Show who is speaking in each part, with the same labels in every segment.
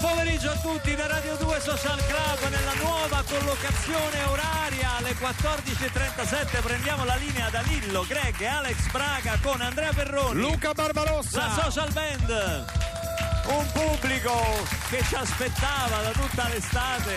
Speaker 1: pomeriggio a tutti da Radio 2 Social Club nella nuova collocazione oraria alle 14.37 prendiamo la linea da Lillo, Greg e Alex Braga con Andrea Perroni,
Speaker 2: Luca Barbarossa.
Speaker 1: la social band, un pubblico che ci aspettava da tutta l'estate,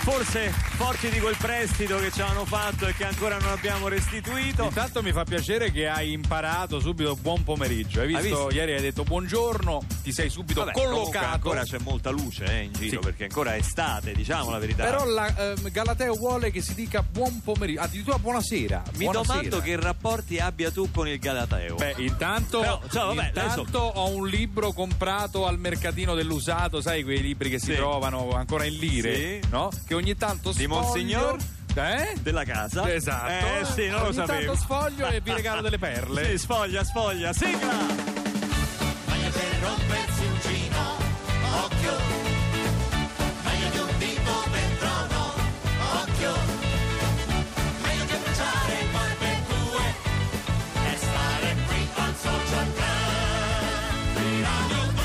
Speaker 1: forse forti di quel prestito che ci avevano fatto e che ancora non abbiamo restituito.
Speaker 2: Intanto mi fa piacere che hai imparato subito buon pomeriggio. Hai visto?
Speaker 1: visto?
Speaker 2: Ieri hai detto buongiorno, ti sei subito
Speaker 1: Vabbè, comunque
Speaker 2: collocato.
Speaker 1: ancora c'è molta luce eh, in giro
Speaker 2: Sì.
Speaker 1: perché ancora è estate, diciamo la verità.
Speaker 2: Però la, ehm, Galateo vuole che si dica buon pomeriggio, addirittura buonasera.
Speaker 1: Mi
Speaker 2: buonasera.
Speaker 1: domando che rapporti abbia tu con il Galateo.
Speaker 2: Beh, intanto,
Speaker 1: Però, cioè, vabbè,
Speaker 2: intanto
Speaker 1: adesso-
Speaker 2: ho un libro comprato al mercatino dell'usato, sai quei libri che si
Speaker 1: Sì.
Speaker 2: trovano ancora in
Speaker 1: Sì.
Speaker 2: lire, no? Che ogni tanto
Speaker 1: Di
Speaker 2: sfoglio-
Speaker 1: Monsignor?
Speaker 2: Eh?
Speaker 1: della casa.
Speaker 2: Esatto.
Speaker 1: Eh sì, non lo
Speaker 2: Ogni tanto
Speaker 1: sapevo.
Speaker 2: sfoglio e vi regalo delle perle.
Speaker 1: Sì, sfoglia, sfoglia. Sigla!
Speaker 3: Maglia per rompersi un cino, occhio. Meglio di un dito per trono, occhio. Meglio che bruciare barbecue e stare qui al social club di Radio 2.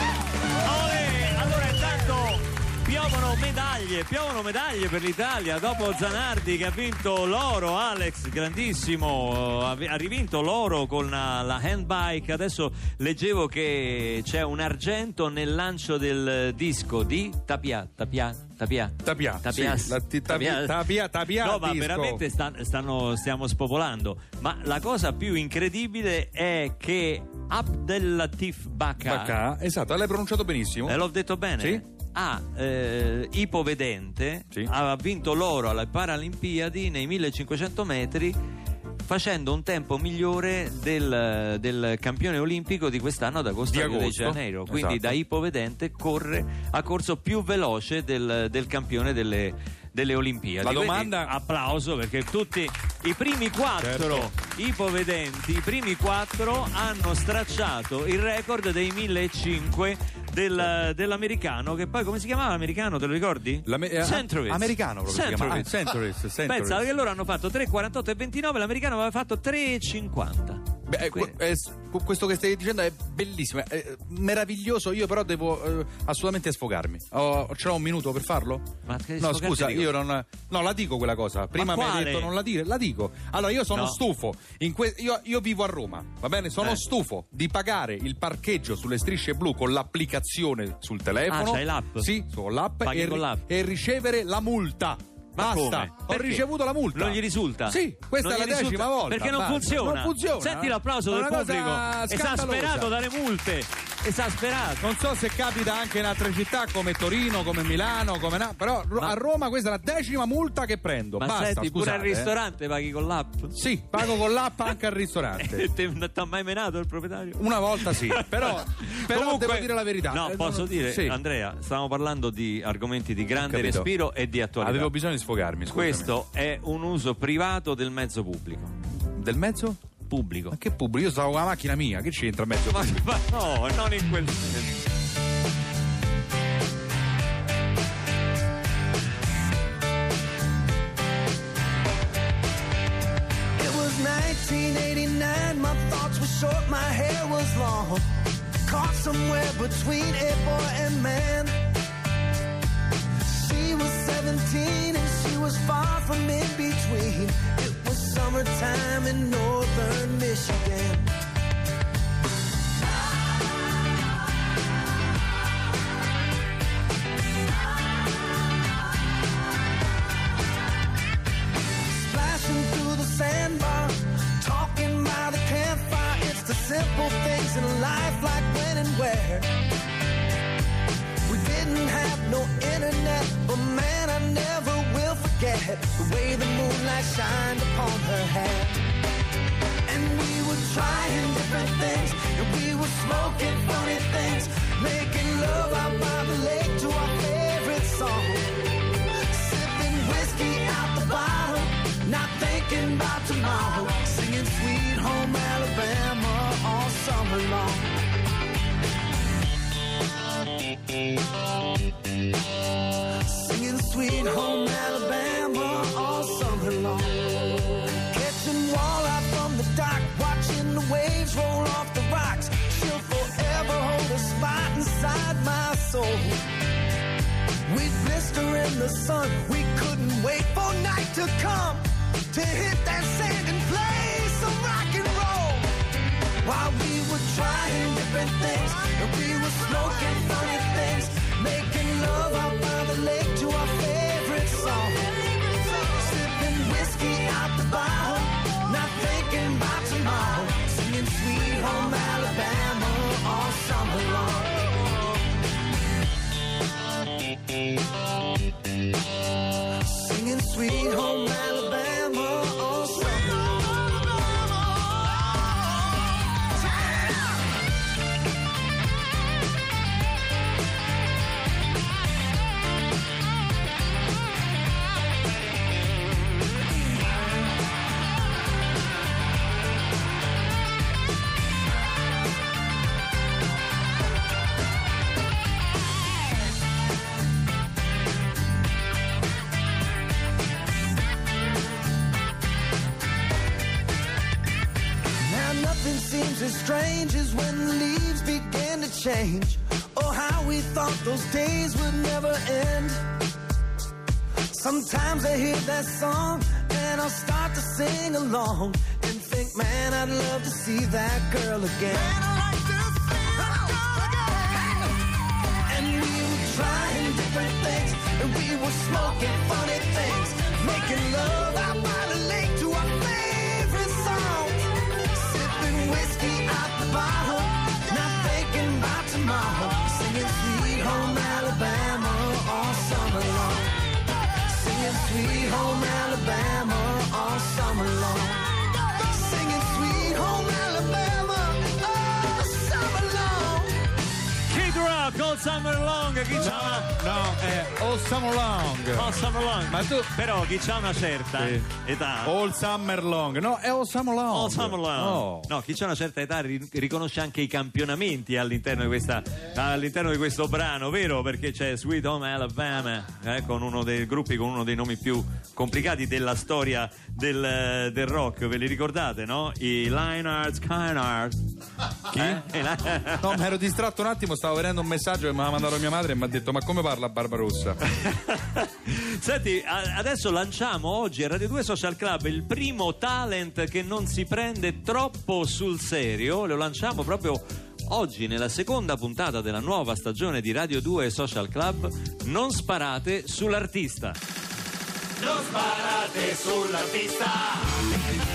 Speaker 1: Olè! Allora, intanto piovono medaglie, piovono medaglie per l'Italia. Dopo Zanardi che ha vinto l'oro, Alex, grandissimo, eh, ha vi- ha rivinto l'oro con la, la handbike. Adesso leggevo che c'è un argento nel lancio del disco di Tapia, Tapia, Tapia.
Speaker 2: Tapia,
Speaker 1: Tapia,
Speaker 2: sì, la ti- tapia, tapia, tapia,
Speaker 1: no, ma
Speaker 2: disco.
Speaker 1: veramente sta- stanno, stiamo spopolando. Ma la cosa più incredibile è che Abdellatif Baka,
Speaker 2: Bacà, esatto, l'hai pronunciato benissimo.
Speaker 1: eh, l'ho detto bene,
Speaker 2: Sì.
Speaker 1: ha eh, ipovedente,
Speaker 2: Sì.
Speaker 1: ha vinto l'oro alle Paralimpiadi nei 1500 metri facendo un tempo migliore del, del campione olimpico di quest'anno ad agosto
Speaker 2: Di
Speaker 1: a Rio de
Speaker 2: agosto,
Speaker 1: Janeiro quindi
Speaker 2: esatto.
Speaker 1: da ipovedente corre, ha corso più veloce del, del campione delle, delle Olimpiadi
Speaker 2: La
Speaker 1: Quindi
Speaker 2: domanda-
Speaker 1: applauso perché tutti i primi quattro
Speaker 2: Certo.
Speaker 1: ipovedenti, i primi quattro hanno stracciato il record dei 1500 del- dell'americano che poi come si chiamava l'americano te lo ricordi?
Speaker 2: L'ame- eh,
Speaker 1: Centrovic
Speaker 2: americano proprio si chiama.
Speaker 1: Centrovic.
Speaker 2: Ah, Centrovic, Centrovic.
Speaker 1: pensa che loro hanno fatto 3,48 e 29 l'americano aveva fatto 3,50
Speaker 2: Beh, eh,
Speaker 1: Quindi-
Speaker 2: que- eh, s- cu- questo che stai dicendo è bellissimo, è eh, meraviglioso. Io però devo eh, assolutamente sfogarmi. Ho, ce l'ho un minuto per farlo?
Speaker 1: Ma che
Speaker 2: no,
Speaker 1: sfogarti
Speaker 2: scusa,
Speaker 1: di cosa?
Speaker 2: io non. No, la dico quella cosa. Prima mi hai
Speaker 1: quale?
Speaker 2: detto non la dire, la dico. Allora, io sono
Speaker 1: No.
Speaker 2: stufo. In que- io, io vivo a Roma, va bene? Sono
Speaker 1: Eh.
Speaker 2: stufo di pagare il parcheggio sulle strisce blu con l'applicazione sul telefono.
Speaker 1: Ah, c'hai l'app?
Speaker 2: Sì, con l'app
Speaker 1: Paghi
Speaker 2: e,
Speaker 1: con
Speaker 2: ri-
Speaker 1: l'app?
Speaker 2: e ricevere la multa.
Speaker 1: Ma
Speaker 2: Basta,
Speaker 1: come?
Speaker 2: ho
Speaker 1: Perché?
Speaker 2: ricevuto la multa.
Speaker 1: Non gli risulta?
Speaker 2: Sì, questa
Speaker 1: Non
Speaker 2: è la
Speaker 1: gli risulta?
Speaker 2: decima volta.
Speaker 1: Perché non
Speaker 2: basta.
Speaker 1: funziona.
Speaker 2: Non funziona. eh?
Speaker 1: Senti l'applauso
Speaker 2: È
Speaker 1: del
Speaker 2: una cosa
Speaker 1: pubblico. Esasperato
Speaker 2: scandalosa.
Speaker 1: dalle multe. Esasperato.
Speaker 2: Non so se capita anche in altre città come Torino, come Milano, come Na- però ro-
Speaker 1: Ma-
Speaker 2: a Roma questa è la decima multa che prendo.
Speaker 1: Ma
Speaker 2: Basta,
Speaker 1: senti, pure
Speaker 2: scusate,
Speaker 1: al
Speaker 2: eh.
Speaker 1: ristorante paghi con l'app?
Speaker 2: Sì, pago con l'app anche al ristorante.
Speaker 1: Te- Ti ha mai menato il proprietario?
Speaker 2: Una volta sì, però, però
Speaker 1: Comunque-
Speaker 2: devo dire la verità.
Speaker 1: No,
Speaker 2: Eh,
Speaker 1: posso
Speaker 2: non-
Speaker 1: dire,
Speaker 2: sì.
Speaker 1: Andrea, stiamo parlando di argomenti di grande
Speaker 2: Capito.
Speaker 1: respiro e di attualità.
Speaker 2: Avevo bisogno di sfogarmi, scusami.
Speaker 1: Questo è un uso privato del mezzo pubblico.
Speaker 2: del mezzo?
Speaker 1: Pubblico.
Speaker 2: Ma che pubblico? Io stavo con la macchina mia, che c'entra in mezzo?
Speaker 1: Ma, ma no, non in quel senso.
Speaker 4: It was 1989, my thoughts were short, my hair was long. Caught somewhere between a boy and man. She was 17 and she was far from in between. It was summertime in northern Michigan. splashing through the sandbar, talking by the campfire. It's the simple things in life, like when and where. We didn't have no internet, but man, I never will forget the way the moonlight shined upon her hair. And we were trying different things, and we were smoking funny things, making love out by the lake to our favorite song. Sipping whiskey out the bottle, not thinking about tomorrow. Singing Sweet Home Alabama all summer long. Singing Sweet Home Alabama all summer long. Catching walleye from the dock, watching the waves. in the sun. We couldn't wait for night to come to hit that sand and play some rock and roll. While we were trying different things, and we were smoking funny things, making love out by the lake to our favorite song. Sipping whiskey out the bottle, not thinking about tomorrow. Singing sweet home Alabama all summer long. Singing sweet home Alabama all summer Now nothing seems as strange as when the leaves began to change. Oh, how we thought those days would never end. Sometimes I hear that song and I'll start to sing along and think, man, I'd love to see that girl again. And we were trying different things, and we were smoking funny things, making love out by the lake to our favorite song, sipping whiskey out the bottle, not thinking about tomorrow, singing sweet home Alabama all summer long, singing sweet home Alabama all summer long. Singing sweet home Alabama all summer long.
Speaker 1: Kid Rock All Summer Long chi c'ha una...
Speaker 2: No, è All Summer Long.
Speaker 1: All Summer Long
Speaker 2: Ma tu-
Speaker 1: però chi c'ha una certa
Speaker 2: Sì. Oh,
Speaker 1: età
Speaker 2: All Summer Long. No, è All Summer Long. Oh.
Speaker 1: All Summer Long.
Speaker 2: No.
Speaker 1: No, chi c'ha una certa età ri- riconosce anche i campionamenti all'interno di, questa- all'interno di questo brano, vero? Perché c'è Sweet Home Alabama, eh, con uno dei gruppi con uno dei nomi più complicati della storia del, eh, del rock. Ve li ricordate, no? I Lineards, Kynards. Chi?
Speaker 2: No, mi ero distratto un attimo, stavo vedendo un messaggio che mi ha mandato mia madre e mi ha detto: Ma come parla Barbarossa?
Speaker 1: Senti, a- adesso lanciamo oggi a Radio 2 Social Club il primo talent che non si prende troppo sul serio. Lo lanciamo proprio oggi nella seconda puntata della nuova stagione di Radio 2 Social Club. Non sparate sull'artista.
Speaker 3: Non sparate sull'artista.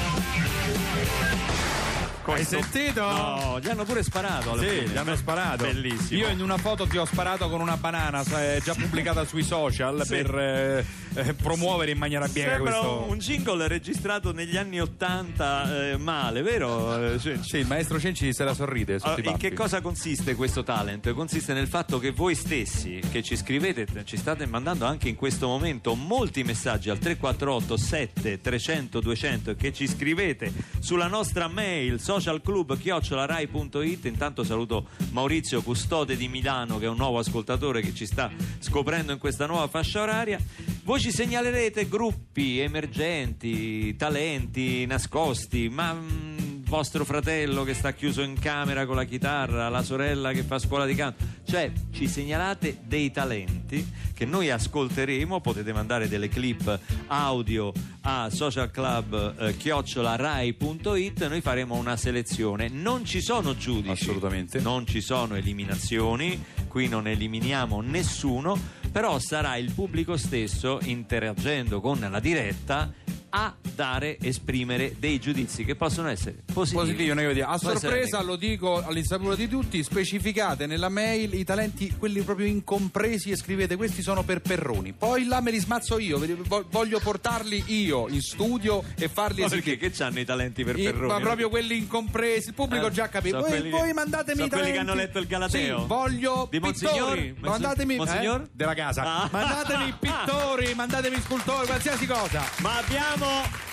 Speaker 2: Hai sentito?
Speaker 1: No, gli hanno pure sparato. alla
Speaker 2: Sì,
Speaker 1: fine.
Speaker 2: gli hanno sparato.
Speaker 1: Bellissimo.
Speaker 2: Io in una foto ti ho sparato con una banana, sa- è già pubblicata sui social
Speaker 1: Sì.
Speaker 2: per eh, eh, promuovere in maniera biega
Speaker 1: Sembra
Speaker 2: questo.
Speaker 1: un jingle registrato negli anni Ottanta eh, male, vero? Eh, Cenci?
Speaker 2: Sì, il maestro Cenci se la sorride. eh, sotto
Speaker 1: Allora,
Speaker 2: i
Speaker 1: in
Speaker 2: baffi.
Speaker 1: che cosa consiste questo talent? Consiste nel fatto che voi stessi che ci scrivete, t- ci state mandando anche in questo momento molti messaggi al 348 7 300 200 e che ci scrivete sulla nostra mail socialclub@rai.it. Intanto saluto Maurizio Custode di Milano che è un nuovo ascoltatore che ci sta scoprendo in questa nuova fascia oraria. Voi ci segnalerete gruppi emergenti, talenti nascosti, ma mm, vostro fratello che sta chiuso in camera con la chitarra, la sorella che fa scuola di canto. Cioè, ci segnalate dei talenti che noi ascolteremo, potete mandare delle clip audio a eh, socialclub.rai.it, noi faremo una selezione. Non ci sono giudici.
Speaker 2: Assolutamente.
Speaker 1: Non ci sono eliminazioni, qui non eliminiamo nessuno, però sarà il pubblico stesso interagendo con la diretta a dare, esprimere dei giudizi che possono essere positivi.
Speaker 2: Positivo, negativo. A
Speaker 1: Può essere
Speaker 2: sorpresa lo dico all'insaputa di tutti, specificate nella mail i talenti, quelli proprio incompresi e scrivete questi sono per Perroni. Poi là me li smazzo io, ve li- vo- voglio portarli io in studio e farli
Speaker 1: Ma
Speaker 2: esibire.
Speaker 1: perché che c'hanno i talenti per
Speaker 2: I-
Speaker 1: Ferroni?
Speaker 2: ma proprio quelli incompresi, il pubblico
Speaker 1: Eh,
Speaker 2: già capisce.
Speaker 1: so
Speaker 2: Voi,
Speaker 1: quelli che-
Speaker 2: voi mandatemi
Speaker 1: so
Speaker 2: i
Speaker 1: quelli che
Speaker 2: talenti.
Speaker 1: hanno letto il Galateo.
Speaker 2: Sì, voglio
Speaker 1: Di Monsignor?
Speaker 2: pittori.
Speaker 1: Monsi-
Speaker 2: Mandatemi
Speaker 1: Monsignor?
Speaker 2: eh, della casa.
Speaker 1: Ah.
Speaker 2: Mandatemi pittori, mandatemi scultori, qualsiasi cosa.
Speaker 1: Ma abbiamo,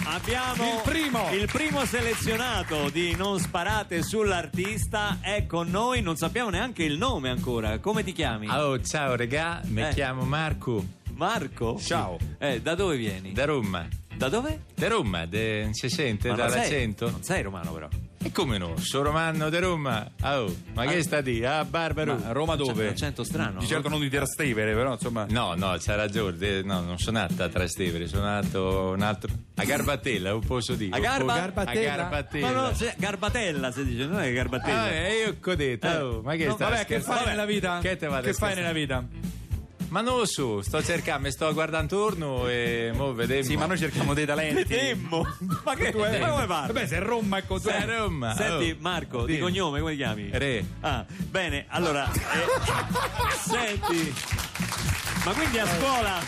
Speaker 1: abbiamo
Speaker 2: Il primo.
Speaker 1: il primo selezionato di Non sparate sull'artista è con noi, non sappiamo neanche il nome ancora. Come ti chiami?
Speaker 5: Oh, ciao regà, mi
Speaker 1: Eh.
Speaker 5: chiamo Marco
Speaker 1: Marco?
Speaker 2: Ciao.
Speaker 1: Eh, da dove vieni?
Speaker 5: da Roma.
Speaker 1: Da dove?
Speaker 5: Da Roma, de- si sente
Speaker 1: Ma non sei-
Speaker 5: dall'accento?
Speaker 1: Non sei romano però.
Speaker 5: E come no? Sono Romanno di Roma. Oh, ma che sta di? Ah, Barbaro.
Speaker 2: Ma a Roma
Speaker 1: Cioè, C'è un
Speaker 2: dove?
Speaker 1: accento strano.
Speaker 2: Di certo non di Trastevere, però insomma.
Speaker 5: No, no, c'ha ragione. eh, No, non sono nata a Trastevere, sono nato un altro. A Garbatella, o posso dire.
Speaker 1: A Garba-
Speaker 5: O-
Speaker 1: Garbatella?
Speaker 5: A Garbatella.
Speaker 1: Ma no, se- Garbatella si dice, non è Garbatella.
Speaker 5: Ah, eh, io ho detto,
Speaker 1: Eh,
Speaker 5: oh, ma che
Speaker 1: no,
Speaker 5: stai
Speaker 2: Vabbè, che
Speaker 5: scherzando?
Speaker 2: fai nella vita?
Speaker 5: Che te vado a
Speaker 2: fai
Speaker 5: scherzare?
Speaker 2: nella vita?
Speaker 5: Ma non lo so, sto cercando, mi sto guardando intorno e mo vedemmo.
Speaker 2: Sì, ma noi cerchiamo dei talenti.
Speaker 1: Temmo. ma che ma come parli?
Speaker 2: Vabbè, Eh, se Roma è così.
Speaker 5: Sei a Roma.
Speaker 1: Senti
Speaker 5: oh.
Speaker 1: Marco, di
Speaker 5: Dimmi.
Speaker 1: cognome come ti chiami?
Speaker 5: Re.
Speaker 1: Ah, bene, allora eh, Senti Ma quindi
Speaker 5: Eh.
Speaker 1: a scuola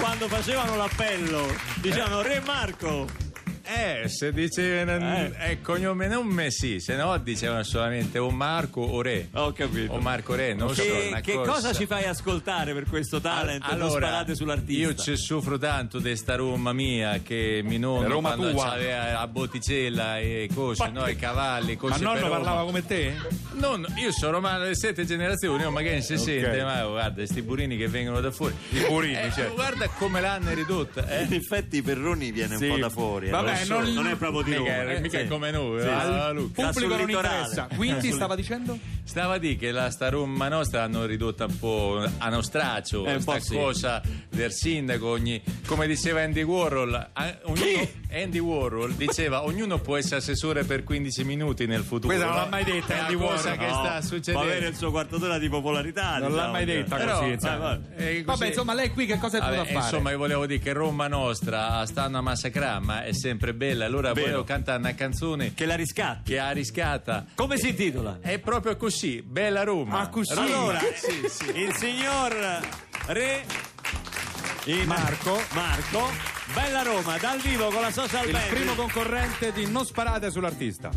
Speaker 1: Quando facevano l'appello Dicevano Re Marco
Speaker 5: Eh, se dicevano
Speaker 1: Eh.
Speaker 5: eh, cognome non me sì, se no dicevano solamente o Marco o Re.
Speaker 1: Ho capito
Speaker 5: O Marco Re, non so.
Speaker 1: Che,
Speaker 5: una
Speaker 1: che cosa ci fai ascoltare per questo talent? non sparate sull'artista.
Speaker 5: Io ci soffro tanto di sta Roma mia che mi nonno
Speaker 2: Roma
Speaker 5: quando
Speaker 2: tua.
Speaker 5: c'aveva la botticella e cose, no, i cavalli,
Speaker 2: Ma
Speaker 5: cose per
Speaker 2: nonno
Speaker 5: Roma.
Speaker 2: parlava come te?
Speaker 5: Nonno, io sono romano di sette generazioni, oh, ma che si sente, ma oh, guarda, sti burini che vengono da fuori. I
Speaker 2: burini, cioè.
Speaker 5: Guarda come l'hanno ridotta, eh.
Speaker 1: In effetti Perroni viene
Speaker 2: Sì.
Speaker 1: un po' da fuori. eh,
Speaker 2: Vabbè,
Speaker 1: lo so,
Speaker 2: non-
Speaker 1: non è proprio di
Speaker 5: mica,
Speaker 1: Roma.
Speaker 5: è-
Speaker 1: eh,
Speaker 5: mica
Speaker 1: sì.
Speaker 5: è come noi,
Speaker 1: Sì,
Speaker 5: ah,
Speaker 1: sì.
Speaker 5: Luca.
Speaker 1: Sta sul
Speaker 2: Pubblico non
Speaker 1: litorale.
Speaker 2: interessa. Quindi stava dicendo?
Speaker 5: Stava a dire che la sta Roma nostra l'hanno ridotta un po' a nostraccio,
Speaker 1: Eh, un po'
Speaker 5: sta
Speaker 1: sì.
Speaker 5: cosa del sindaco, ogni- come diceva Andy Warhol, a- ognuno- Andy Warhol diceva ognuno può essere assessore per 15 minuti nel futuro.
Speaker 2: Questa non l'ha
Speaker 5: no?
Speaker 2: mai detta,
Speaker 5: È una
Speaker 2: Andy
Speaker 5: cosa
Speaker 2: Warhol.
Speaker 5: che
Speaker 1: No,
Speaker 5: sta
Speaker 1: Può avere
Speaker 5: succedendo.
Speaker 1: il suo quarto d'ora di popolarità.
Speaker 2: Non l'ha
Speaker 1: diciamo,
Speaker 2: mai
Speaker 1: che-
Speaker 2: detta
Speaker 5: Però-
Speaker 2: così.
Speaker 1: Eh,
Speaker 2: insomma.
Speaker 1: vabbè.
Speaker 5: Eh, così-
Speaker 2: Vabbè, insomma, lei qui che cosa è
Speaker 5: Vabbè,
Speaker 2: venuta a fare?
Speaker 5: Insomma, io volevo dire che Roma nostra stanno a massacrama, è sempre bella. Allora
Speaker 1: Vero.
Speaker 5: volevo cantare una canzone
Speaker 1: Che la riscatti.
Speaker 5: che ha riscata.
Speaker 1: Come si intitola?
Speaker 5: È proprio così, bella Roma.
Speaker 2: Ah, così.
Speaker 1: Allora,
Speaker 5: sì, sì.
Speaker 1: il signor Re in-
Speaker 2: Marco.
Speaker 1: Marco, Bella Roma, dal vivo con la social
Speaker 2: Il
Speaker 1: band.
Speaker 2: primo concorrente di Non sparate sull'artista.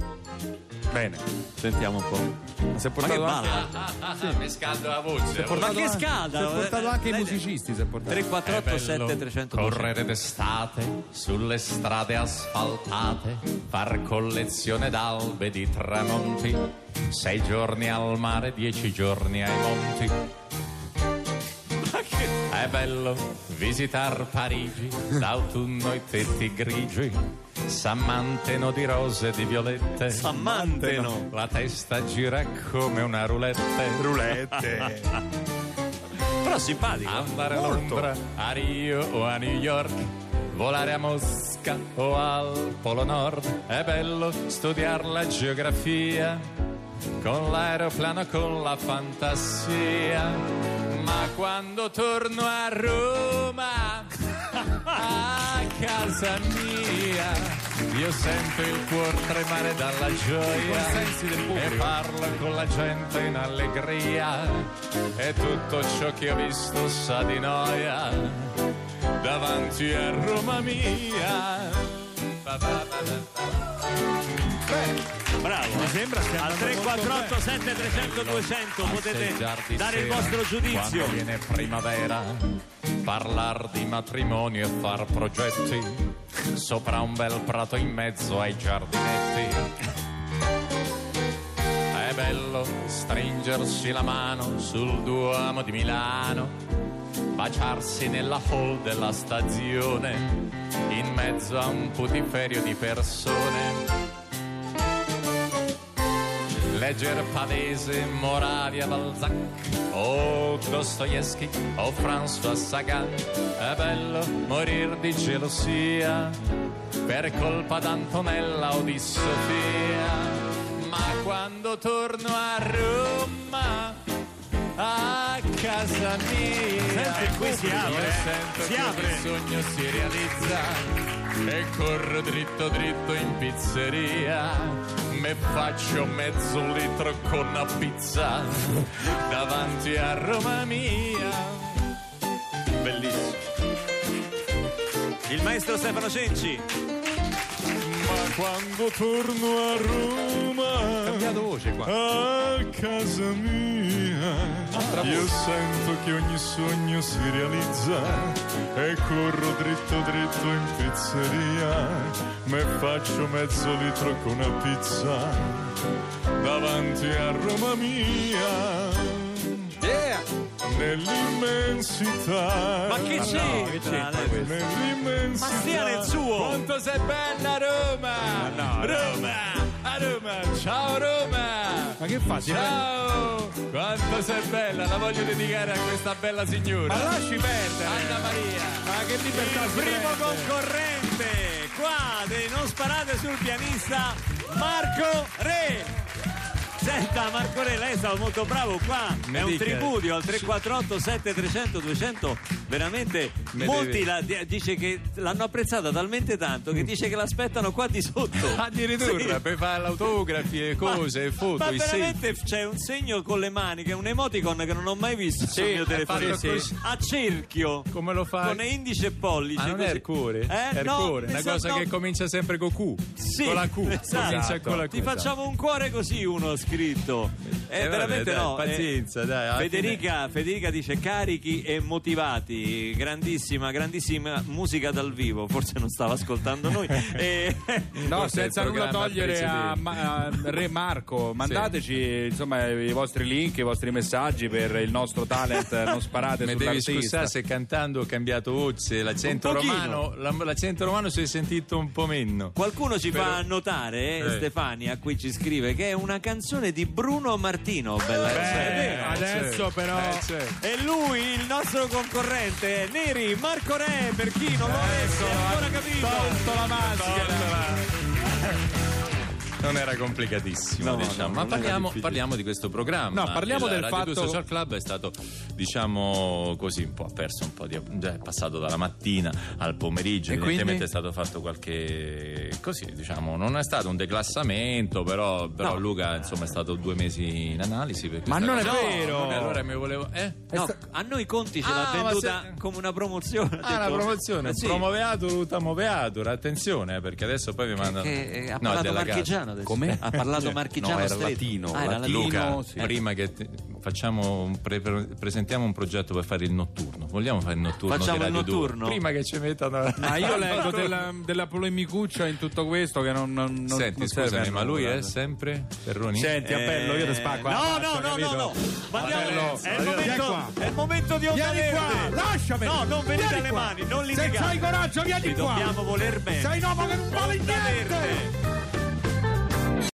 Speaker 2: Bene.
Speaker 1: Sentiamo un po'.
Speaker 2: Si è
Speaker 1: Ma che
Speaker 2: portato anche,
Speaker 1: balla?
Speaker 5: Ah, ah, ah, mi scaldo la voce.
Speaker 1: Ma
Speaker 2: portato
Speaker 1: che
Speaker 2: anche-
Speaker 1: scalda?
Speaker 2: Si è portato anche i
Speaker 1: Lei-
Speaker 2: musicisti. Si è portato.
Speaker 1: 348 7300
Speaker 6: Correre d'estate sulle strade asfaltate, far collezione d'albe di tramonti, sei giorni al mare, dieci giorni ai monti. È bello visitar Parigi, d'autunno i tetti grigi, s'ammanteno di rose e di violette.
Speaker 1: S'ammanteno.
Speaker 6: La testa gira come una roulette.
Speaker 1: Però simpatico.
Speaker 6: Andare a Londra, a Rio o a New York, volare a Mosca o al Polo Nord. È bello studiare la geografia con l'aeroplano, con la fantasia. Ma quando torno a Roma, a casa mia, io sento il cuore tremare dalla gioia e parlo con la gente in allegria e tutto ciò che ho visto sa di noia davanti a Roma mia. Ba, ba, ba, ba, ba.
Speaker 1: Bravo. eh. Mi sembra Al 348 7300 200 potete
Speaker 6: Passeggiarti
Speaker 1: dare il
Speaker 6: sera,
Speaker 1: vostro giudizio.
Speaker 6: Quando viene primavera, parlar di matrimonio e far progetti sopra un bel prato in mezzo ai giardinetti. È bello stringersi la mano sul Duomo di Milano, baciarsi nella hall della stazione, in mezzo a un putiferio di persone. Leggere Pavese, Moravia, Balzac O Dostoevsky o François Sagan È bello morir di gelosia Per colpa d'Antonella o di Sofia Ma quando torno a Roma A casa mia
Speaker 1: Senti, qui si apre,
Speaker 6: Io
Speaker 1: eh.
Speaker 6: sento
Speaker 1: Si
Speaker 6: che
Speaker 1: apre.
Speaker 6: il sogno si realizza e corro dritto dritto in pizzeria me faccio mezzo litro con una pizza davanti a Roma mia
Speaker 1: Bellissimo. Il maestro Stefano Cenci.
Speaker 6: ma quando torno a Roma
Speaker 2: cambiato voce qua.
Speaker 6: a casa mia io sento che ogni sogno si realizza e corro dritto dritto in pizzeria me faccio mezzo litro con una pizza davanti a Roma mia
Speaker 2: Yeah!
Speaker 6: nell'immensità
Speaker 1: Ma che c'entra? adesso?
Speaker 6: nell'immensità
Speaker 1: Ma stia nel suo.
Speaker 6: quanto sei bella Roma
Speaker 1: Roma!
Speaker 6: a a Roma, ciao Roma!
Speaker 2: Ma che fa? Si prende-
Speaker 6: Ciao! Quanto sei bella, la voglio dedicare a questa bella signora.
Speaker 2: Ma lasci perdere!
Speaker 6: Anna Maria!
Speaker 2: Ma che libertà
Speaker 1: Il
Speaker 2: si
Speaker 1: primo
Speaker 2: prende?
Speaker 1: concorrente qua dei Non sparate sul pianista Marco Re. Senta Marco Re, lei è stato molto bravo qua,
Speaker 6: Mi
Speaker 1: è un
Speaker 6: dica.
Speaker 1: tripudio al 348 7300 200, veramente
Speaker 6: Mi
Speaker 1: molti
Speaker 6: devi-
Speaker 1: la- di- dice che l'hanno apprezzata talmente tanto che dice che l'aspettano qua di sotto.
Speaker 6: Ah, Addirittura
Speaker 1: Sì.
Speaker 6: per fare autografi e cose, e foto,
Speaker 1: Ma
Speaker 6: i segni.
Speaker 1: veramente c'è un segno con le mani che è un emoticon che non ho mai visto
Speaker 6: Sì,
Speaker 1: sul mio
Speaker 6: è
Speaker 1: telefono.
Speaker 6: fatto così.
Speaker 1: A cerchio.
Speaker 6: Come lo fa?
Speaker 1: Con indice e pollice.
Speaker 6: Ah, non è
Speaker 1: così.
Speaker 6: il cuore,
Speaker 1: Eh,
Speaker 6: è il
Speaker 1: no,
Speaker 6: cuore, una
Speaker 1: esatto,
Speaker 6: cosa
Speaker 1: no.
Speaker 6: che comincia sempre con Q,
Speaker 1: Sì,
Speaker 6: con la Q,
Speaker 1: esatto.
Speaker 6: comincia con la Q. Esatto.
Speaker 1: Ti facciamo un cuore così uno ha scritto. Eh,
Speaker 6: Eh, vabbè,
Speaker 1: veramente
Speaker 6: dai,
Speaker 1: no. eh,
Speaker 6: pazienza, dai, alla
Speaker 1: Federica, Federica dice carichi e motivati, grandissima, grandissima musica dal vivo. Forse non stava ascoltando noi. Eh,
Speaker 2: No,
Speaker 6: Questo è il
Speaker 2: senza nulla
Speaker 6: programma
Speaker 2: togliere a,
Speaker 6: precedente.
Speaker 2: Ma- a Re Marco, mandateci insomma, i vostri link, i vostri messaggi per il nostro talent. eh, Non sparate
Speaker 6: Mi devi
Speaker 2: sull'artista.
Speaker 6: scusare se cantando ho cambiato voce, l'accento
Speaker 1: Un pochino.
Speaker 6: romano, la- l'accento romano si è sentito un po' meno.
Speaker 1: Qualcuno ci fa
Speaker 6: Però-
Speaker 1: notare, eh,
Speaker 6: Eh.
Speaker 1: Stefania, qui ci scrive, che è una canzone di Bruno Martino. Bella
Speaker 6: Eh,
Speaker 1: canzone.
Speaker 6: certo. Eh, certo.
Speaker 1: E lui, il nostro concorrente, è Neri Marco Re, per chi non lo avesse ancora capito.
Speaker 2: Sotto la
Speaker 6: Ah,
Speaker 2: maschera.
Speaker 6: Non era complicatissimo,
Speaker 1: No,
Speaker 6: diciamo.
Speaker 1: no, non
Speaker 6: ma
Speaker 1: era
Speaker 6: parliamo,
Speaker 1: difficile.
Speaker 6: parliamo di questo programma.
Speaker 2: No, parliamo
Speaker 6: Il
Speaker 2: del
Speaker 6: Radio
Speaker 2: fatto-
Speaker 6: 2 Social Club è stato, diciamo così, un po' ha perso un po' di. Già è passato dalla mattina al pomeriggio.
Speaker 2: E
Speaker 6: Evidentemente
Speaker 2: quindi?
Speaker 6: è stato fatto qualche. così, diciamo. Non è stato un declassamento, però, però
Speaker 2: No.
Speaker 6: Luca, insomma, è stato due mesi in analisi. per
Speaker 2: Ma
Speaker 6: questa
Speaker 2: non è
Speaker 6: cosa.
Speaker 2: vero!
Speaker 6: No, allora mi volevo. Eh?
Speaker 1: No, a noi Conti ce l'ha
Speaker 6: Ah, ma
Speaker 1: venduta
Speaker 6: se-
Speaker 1: come una promozione. ha
Speaker 6: Ah, la
Speaker 1: detto-
Speaker 6: promozione,
Speaker 1: Eh sì,
Speaker 6: promoveato, utamoveatur, attenzione, eh, perché adesso poi mi mandano...
Speaker 1: che, eh, ha
Speaker 6: No, è
Speaker 1: parlato
Speaker 6: della
Speaker 1: marchigiano adesso. Ha parlato marchigiano
Speaker 2: No, era
Speaker 1: stretto.
Speaker 2: latino,
Speaker 1: Ah, era
Speaker 2: latino.
Speaker 1: latino.
Speaker 6: Luca, eh,
Speaker 2: sì.
Speaker 6: prima che te- facciamo un pre- pre- presentiamo un progetto per fare il notturno. Vogliamo fare il notturno?
Speaker 1: Facciamo
Speaker 6: di
Speaker 1: il
Speaker 6: Radio due?
Speaker 1: notturno?
Speaker 6: Prima che ci mettano.
Speaker 2: Ma io leggo della, della polemicuccia in tutto questo che non, non, non
Speaker 6: Senti,
Speaker 2: non serve
Speaker 6: scusami,
Speaker 2: a
Speaker 6: ma lui
Speaker 2: nulla.
Speaker 6: è sempre Ferroni?
Speaker 2: Senti,
Speaker 1: Ah,
Speaker 2: appello, io ti spacco.
Speaker 1: Eh, No,
Speaker 2: la
Speaker 1: no,
Speaker 2: faccia,
Speaker 1: no, no,
Speaker 2: capito?
Speaker 1: no. Ma andiamo- è,
Speaker 2: Appello.
Speaker 1: il
Speaker 2: Vieni
Speaker 1: momento, eh,
Speaker 2: qua.
Speaker 1: è il momento di onda
Speaker 2: Vieni qua,
Speaker 1: verde.
Speaker 2: lasciami!
Speaker 1: No, non venite
Speaker 2: Vieni
Speaker 1: alle
Speaker 2: qua.
Speaker 1: mani, non
Speaker 2: Se
Speaker 1: litigate.
Speaker 2: hai coraggio, vieni
Speaker 1: Vi
Speaker 2: qua!
Speaker 1: dobbiamo voler bene.
Speaker 2: Sei un uomo che non vale
Speaker 1: Onda
Speaker 2: niente!
Speaker 1: verde.